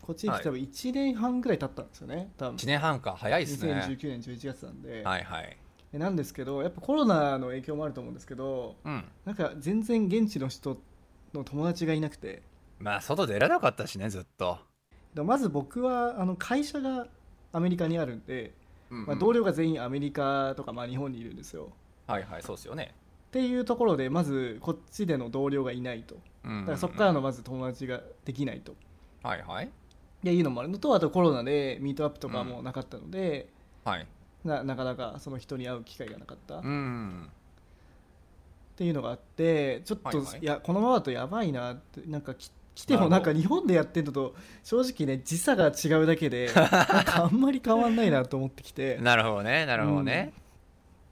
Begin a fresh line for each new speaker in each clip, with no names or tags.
こっちに来て多分1年半ぐらい経ったんですよね、多分
1年半か早いですね
2019年11月なんで、
はいはい
でなんですけどやっぱコロナの影響もあると思うんですけど
うん
なんか全然現地の人の友達がいなくて
まあ外出られなかったしねずっと、
でまず僕はあの会社がアメリカにあるんで、
うんうん
まあ、同僚が全員アメリカとかまあ日本にいるんですよ
はいはいそうですよね
っていうところでまずこっちでの同僚がいないと
だ
だからそこからのまず友達ができないと
らはいはい
でいうのもあるのとあとコロナでミートアップとかもなかったので、
はい
ななかなかその人に会う機会がなかったっ
うん
ていうのがあってちょっ
はい
と、い
はい
やこのままだとやばいなってなんかき来て
なる
も
ほど
なんか日本でやってるのと正直ね時差が違うだ けでなんかあんまり変わんないなと思ってきて
なるほどねなるほどね、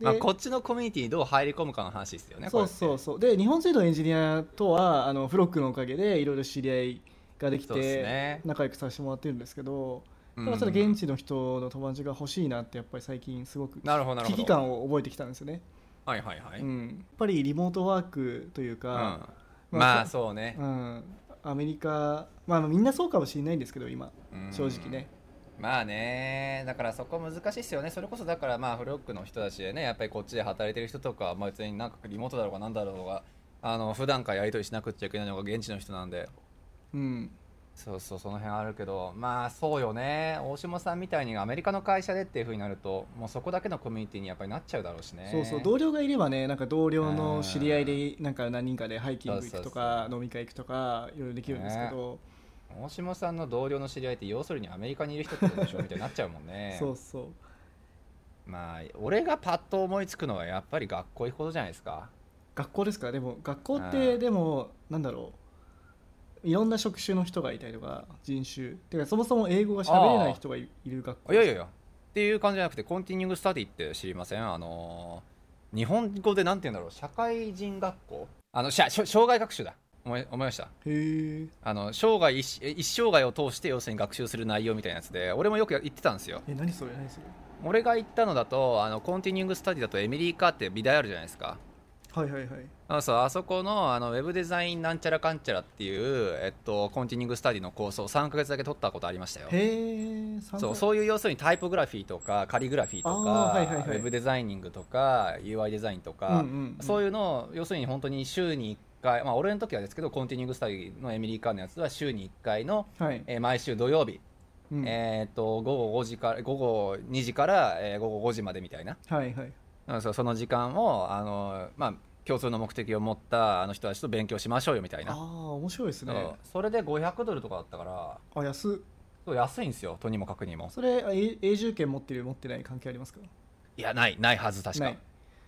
で
まあ、こっちのコミュニティにどう入り込むかの話ですよね
そうそうそうで日本人のエンジニアとはあのフロックのおかげでいろいろ知り合いができ
そうですね
て仲良くさせてもらってるんですけど
う
た
ん
だちょっと現地の人の友達が欲しいなってやっぱり最近すごく
なるほどなるほ
危
ど
機感を覚えてきたんですよね、
はいはいはい、
う
うん
ん、やっぱりリモートワークというか、
まあそうね
う、ん、アメリカ、まあ、みんなそうかもしれないんですけど今
うん
正直ね、
まあねだからそこ難しいですよねそれこそだからまあフロックの人たちでねやっぱりこっちで働いてる人とか、まあ、別になんかリモートだろうがなんだろうがあの普段からやり取りしなくちゃいけないのが現地の人なんで
うん、
そうそうその辺あるけどまあそうよね大島さんみたいにアメリカの会社でっていうふうになるともうそこだけのコミュニティにやっぱりなっちゃうだろうしね
そうそう同僚がいればねなんか同僚の知り合いでなんか何人かでハイキング行
そう
く
そう
と
そ
か飲み会行くとかいろいろできるんですけど、
大島さんの同僚の知り合いって要するにアメリカにいる人ってことでしょみたいになっちゃうもんね
そうそう
まあ俺がパッと思いつくのはやっぱり学校行くことじゃないですか
学校ですかでも学校っ
う
て
ん
でもなんだろういろんな職種の人がいたりとか人種てかそもそも英語が喋れない人がいいる学校
いやいやいやっていう感じじゃなくてコンティニューングスタディって知りませんあのー日本語でなんて言うんだろう社会人学校あのしゃしょ障害学習だ思い思いました
へえ
あの生涯一一生涯を通して要するに学習する内容みたいなやつで俺もよくや言ってたんですよ
え何それ何それ
俺が言ったのだとあのコンティニューングスタディだとエミリー・カーって美大あるじゃないですか
はいはいはい
あそうあそこのあのウェブデザインなんちゃらかんちゃらっていう、えっと、コンティニューングスタディのコースを3ヶ月だけ取ったことありましたよ
へえ
そうそうういう要するにタイポグラフィーとかカリグラフィーとか、
あーはいはいはい
ウェブデザイニングとか UI デザインとか、そう
いう
いうのを要するに本当に週に1回、まあ、俺の時はですけどコンティニューングスタディのエミリー・カーのやつは週に1回の、
はい、
えー毎週土曜日、
うん
えー、と午後5時から午後2時から、えー午後5時までみたいな、
はいはい
うん、そうその時間をあの、まあ、共通の目的を持ったあの人たちと勉強しましょうよみたい
ああ
な
面白いです
そ
ね
うそれで500ドルとかだったから
あ安っ
そう安いんですよとにもかくにも
それあえ永住権持ってる持ってない関係ありますか
いやないないはず確
な
か
い。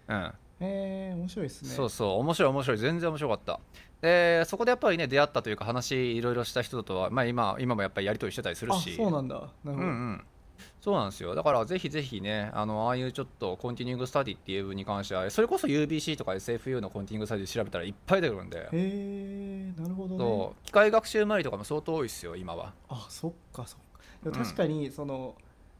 うん
へえ面白いですね
そうそう面白い面白い全然面白かったでそこでやっぱりね出会ったというか話いろいろした人とは、まあ、今今もやっぱりやり取りしてたりする
あ
し
そうなんだなるほ
う
ど、
んうんそうなんですよだからぜひぜひねあのああいうちょっとコンティニューングスタディっていう部に関してはそれこそ UBC とか SFU のコンティニューングスタディ調べたらいっぱい出てくるんで
へえなるほどね
そう機械学習周りとかも相当多いですよ今は
あそっかそっかでも
うん
確かにその、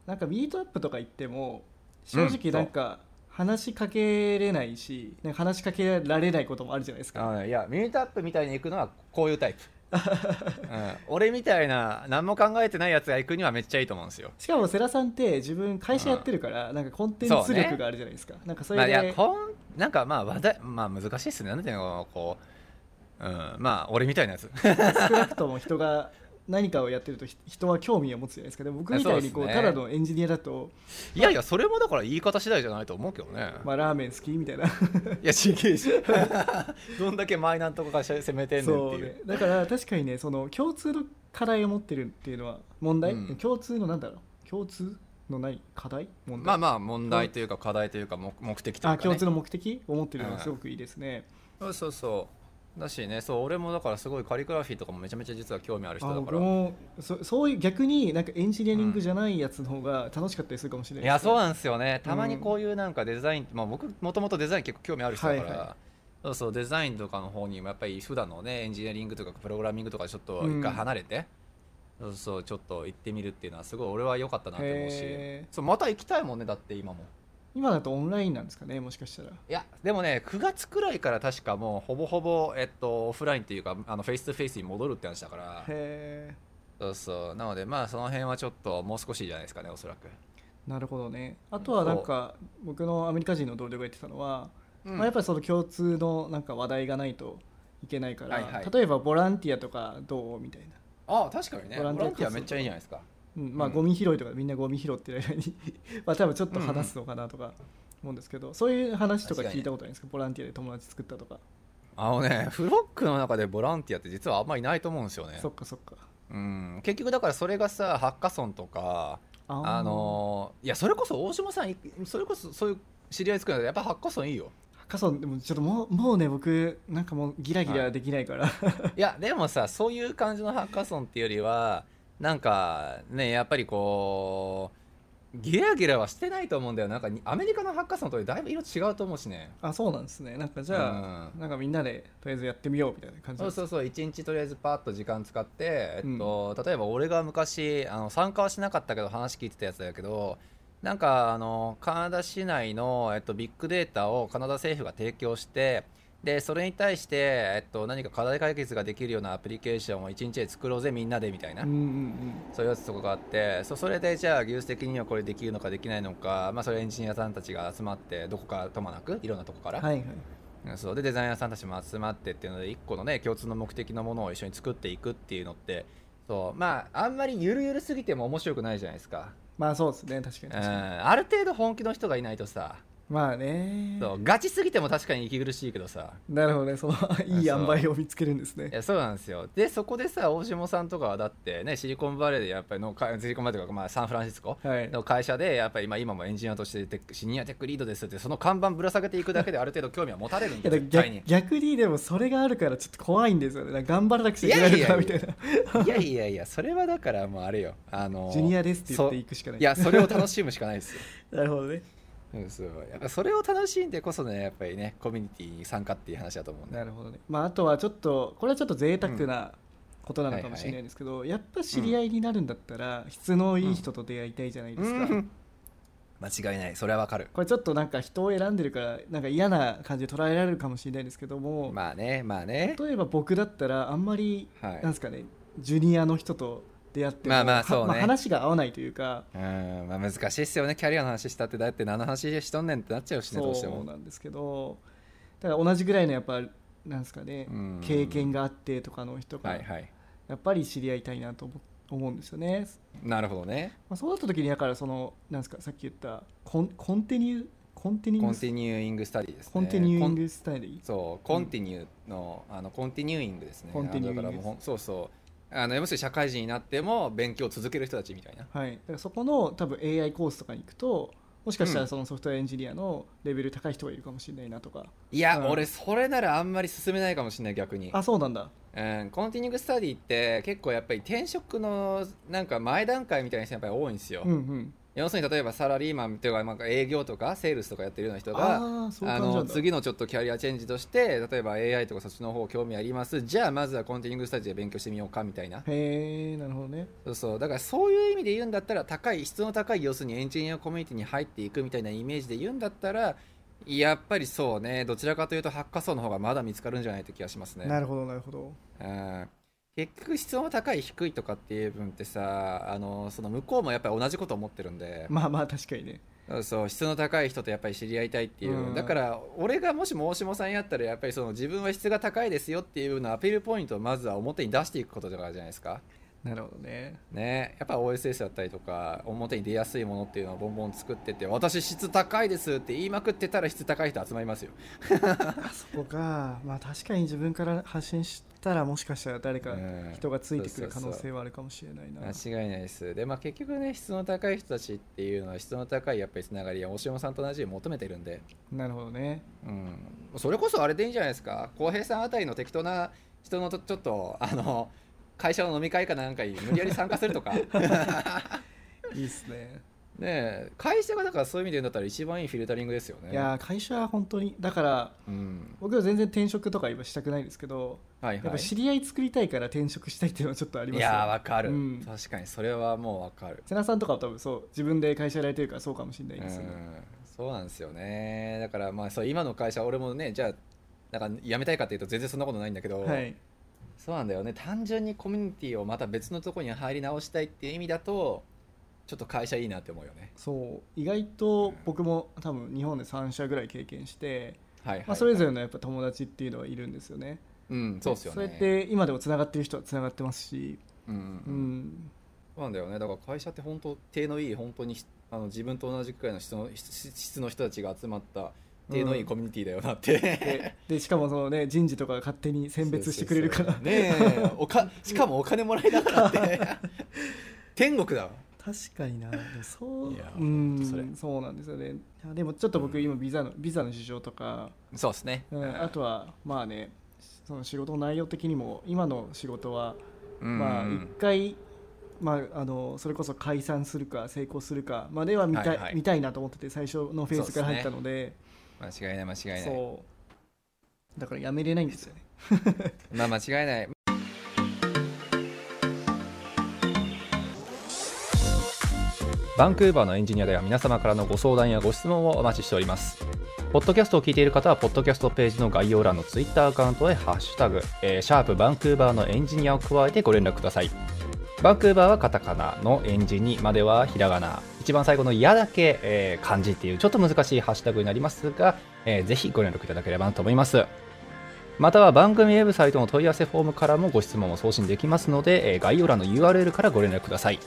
なんかミートアップとか行っても正直なんか話しかけれないし、なんか話しかけられないこともあるじゃないですか
いやミートアップみたいに行くのはこういうタ イプ、うん、俺みたいな何も考えてないやつが行くにはめっちゃいいと思うんですよ
しかも世良さんって自分会社やってるからなんかコンテン
そう
ツ
ね
力があるじゃないですか、なんかそ
ま
れ
あ、い
で、
やこんなんかまあ話題まあ難しいですねなんていうのこう、うん、まあ俺みたい なやつ
少なくとも人が何かをやってるとひ人は興味を持つじゃないですかでも僕みたいにこ
そ
う
うですね
ただのエンジニアだと、
いやいやそれもだから言い方次第じゃないと思うけどね、
まあ、ラーメン好きみた いな
いや神経質 どんだけマイナーとこから攻めてんねんっ
そ
て
う
いう
ねだから確かにねその共通の課題を持ってるっていうのは問題、
うん
共通のなんだろう共通のない課題問題
まあまあ問題というか課題というか目目的というか、ね、
あ共通の目的を持ってるのはすごくいいですね。
そうそうそうだしねそう俺もだからすごいカリグラフィーとかもめちゃめちゃ実は興味ある人
あ
だか
僕
ら
もそそういう逆になんかエンジニアリングじゃないやつの方が楽しかったりするかもしれない
いやそう
な
なんですよねたまにこういうなんかデザイン、まあ、僕もともとデザイン結構興味ある人だから、
はいは
そうそうデザインとかの方にもやっぱり普段のねエンジニアリングとかプログラミングとかちょっと一回離れて、そうそうちょっと行ってみるっていうのはすごい俺は良かったなと思うし
へー
そうまた行きたいもんねだって今も
今だとオンラインなんですかねもしかしたら
いやでもね9月くらいから確かもうほぼほぼ、えっと、オフラインっていうかあのフェイス2フェイスに戻るって話だ から
へえ
そうそうなのでまあその辺はちょっともう少しじゃないですかねおそらく、
なるほどねあとはなんか僕のアメリカ人の同僚が言ってたのは、まあ、やっぱりその共通のなんか話題がないといけないから、
はいはい
例えばボランティアとかどうみたいな、
あ確かにね
ボ
ボラ
ラン
ン
ティア
ティアめっちゃいいじゃないですか
うんまあ、
うん
ゴミ拾いとかみんなゴミ拾ってる間に まあ多分ちょっと話すのかなとか思うんですけど、そういう話とか聞いたことないですかボランティアで友達作ったとか、
あのねフロックの中でボランティアって実はあんまりいないと思うんですよね
そっかそっか
うん結局だからそれがさハッカソンとか
あー
あのーいやそれこそ大島さんいそれこそそういう知り合い作るのやっぱハッカソンいいよ
ハッカソンでもちょっともうもうね僕なんかもうギラギラできないから、
いやでもさそういう感じのハッカソンっていうよりはなんかねやっぱりこうギラギラはしてないと思うんだよなんかにアメリカのハッカソンとだいぶ色違うと思うしね
あそうなんですねなんかじゃあ、
うん
なんかみんなでとりあえずやってみようみたいな感じ
そ
なん
う
です
そうそう1日とりあえずパッと時間使って、えっと例えば俺が昔あの参加はしなかったけど話聞いてたやつだけどなんかあのカナダ市内の、えっと、ビッグデータをカナダ政府が提供してでそれに対して、えっと、何か課題解決ができるようなアプリケーションを1日で作ろうぜみんなでみたいな、
うんうんうん
そういうやつとかがあってそそれでじゃあ技術的にはこれできるのかできないのか、まあ、それエンジニアさんたちが集まってどこかともなくいろんなとこから、
はいはい
うんそうでデザイナーさんたちも集まってっていうので一個のね共通の目的のものを一緒に作っていくっていうのってそうまああんまりゆるゆるすぎても面白くないじゃないですか、
まあそうですね確か
う
に
ん、
確かに、
ある程度本気の人がいないとさ
まあね
そうガチすぎても確かに息苦しいけどさ
なるほどねそのいい塩梅を見つけるんです
い
ね
やそうなんですよでそこでさ大下さんとかはだってねシリコンバレーでやっぱりのかシリコンバレーというか、まあ、サンフランシスコ
はい
の会社でやっぱり今今もエンジニアとしてテックシニアテックリードですってその看板ぶら下げていくだけである程度興味は持たれるん
いや
だ
だ
よ
か
絶
ら
対に
逆逆にでもそれがあるからちょっと怖いんですよねなんか頑張らなくちゃいけないのかないみ
やい
た
や
い
い
な
いやいやいやそれはだからもうあれよあの
ジュニアですって言っていくしかない
そいやそれを楽しむしかないですよ
なるほどね
うんそうやっぱそれを楽しんでこそねやっぱりねコミュニティに参加っていう話だと思うん
な
で
るほどねまああとはちょっとこれはちょっと贅沢なことなのかもしれないですけど、やっぱ知り合いになるんだったら質のいい人と出会いたいじゃないですか、
うん間違いないそれはわかる
これちょっとなんか人を選んでるからなんか嫌な感じで捉えられるかもしれないですけども、
まあねまあね
例えば僕だったらあんまり、
はい
なんですかねジュニアの人と出会っても
まあまあ
は
そうね
話が合わないというか
うんまあ難しいっすよねキャリアの話したってだって何の話しとんねんってなっちゃうしねどうして
そう
も
なんですけどだから同じぐらいのやっぱなんですかね
うん
経験があってとかの人が
はい
や
はい
っぱり知り合いたいなと思思うんですよね、
なるほどね
まあ、そうなった時にだからそのなんですかさっき言ったコンコンティニューコンティニュ
コン
ー
ティニューイングスタディですね
コンティニューイン
コン
グスタイル
そうコンティニューの,、あのコンティニューイングですね
コンティニューイング
あのだからもうほんそうそうあの要するに社会人になっても勉強を続ける人たちみたいな
はい、だからそこの多分 AI コースとかに行くともしかしたらそのソフトウェアエンジニアのレベル高い人がいるかもしれないなとか、
いや、
うん
俺それならあんまり進めないかもしれない逆に、
あそうなんだ
うん、コンティニューイングスタディって結構やっぱり転職のなんか前段階みたいな人やっぱり多いんですよ、
うんうん
要するに例えばサラリーマンというかなんか営業とかセールスとかやってるような人が
ああそういう
あ
感じな
の
んだ
次のちょっとキャリアチェンジとして例えば AI とかそっちの方興味ありますじゃあまずはコンティニューイングスタディで勉強してみようかみたいな
へえなるほどね
そうそうだからそういう意味で言うんだったら高い質の高い要するにエンジニアコミュニティに入っていくみたいなイメージで言うんだったらやっぱりそうねどちらかというとハッカソンの方がまだ見つかるんじゃないって気がしますね
なるほどなるほど
うん結局質の高い低いとかっていう分ってさあのその向こうもやっぱり同じこと思ってるんで、
まあまあ確かにね
そうそう質の高い人とやっぱり知り合いたいっていう、
うん
だから俺がもしも大下さんやったらやっぱりその自分は質が高いですよっていうのアピールポイントをまずは表に出していくことだからじゃないですか
なるほどね
ね、やっぱ OSS だったりとか表に出やすいものっていうのをボンボン作ってて私質高いですって言いまくってたら質高い人集まりますよ
あそこかまあ確かに自分から発信しったらもしかしたら誰か
うん
人がついてくる可
そうそうそう
能性はあるかもしれないな、
間違いないですでまあ結局ね質の高い人たちっていうのは質の高いやっぱりつながりや大島さんと同じように求めてるんで、
なるほどね
うん、それこそあれでいいんじゃないですか浩平さんあたりの適当な人のとちょっとあの会社の飲み会かなんかに無理やり参加する とか
いいっすね
ねえ会社がだからそういう意味で言うんだったら一番いいフィルタリングですよね
いやー会社は本当にだから
うん
僕は全然転職とか今したくないですけど、
はい
やっ
は
ぱ
い
知り合い作りたいから転職したいっていうのはちょっとあり
い
ます
やー
よ
わかる、
うん
確かにそれはもうわかる
瀬名さんとかは多分そう自分で会社やられてるからそうかもしれないですよ
う
ね
んそうなんですよねだからまあそう今の会社俺もねじゃあなんか辞めたいかっていうと全然そんなことないんだけど、
はい
そうなんだよね単純にコミュニティをまた別のとこに入り直したいっていう意味だとちょっと会社いいなって思うよね
そう意外と僕も多分日本で3社ぐらい経験して、
はいはい、はい
まあ、それぞれのやっぱ友達っていうのはいるんですよね
うんそうですよね
そうやって今でもつながってる人はつながってますし、
うんうん
う
うんんそうなんだよねだから会社って本当手のいい本当にひあの自分と同じくらいの質の質質の人たちが集まった手のいいコミュニティだよなって、
ででしかもその、ね、人事とかが勝手に選別してくれるから
そうそうそうねえおかしかもお金もらいながらって 天国だわ
確かになでもそう
いや
う
ほんとそれ
んそうなんですよねいやでもちょっと僕
うん
今ビザのビザの事情とか、
そうですね、
うんあとはまあねその仕事の内容的にも今の仕事は
うん
まあ一回まあ、あのそれこそ解散するか成功するかまでは見た,、
はいはい
見たいなと思ってて最初のフェーズから入ったので
間違いない間違いない
そうだからやめれないんですよね
まあ間違いない
バンクーバーのエンジニアでは皆様からのご相談やご質問をお待ちしております。ポッドキャストを聞いている方は、ポッドキャストページの概要欄のツイッターアカウントへハッシュタグ、えーシャープバンクーバーのエンジニアを加えてご連絡ください。バンクーバーはカタカナのエンジニまではひらがな。一番最後のやだけ、えー漢字っていうちょっと難しいハッシュタグになりますが、えーぜひご連絡いただければなと思います。または番組ウェブサイトの問い合わせフォームからもご質問を送信できますので、えー概要欄の URL からご連絡ください。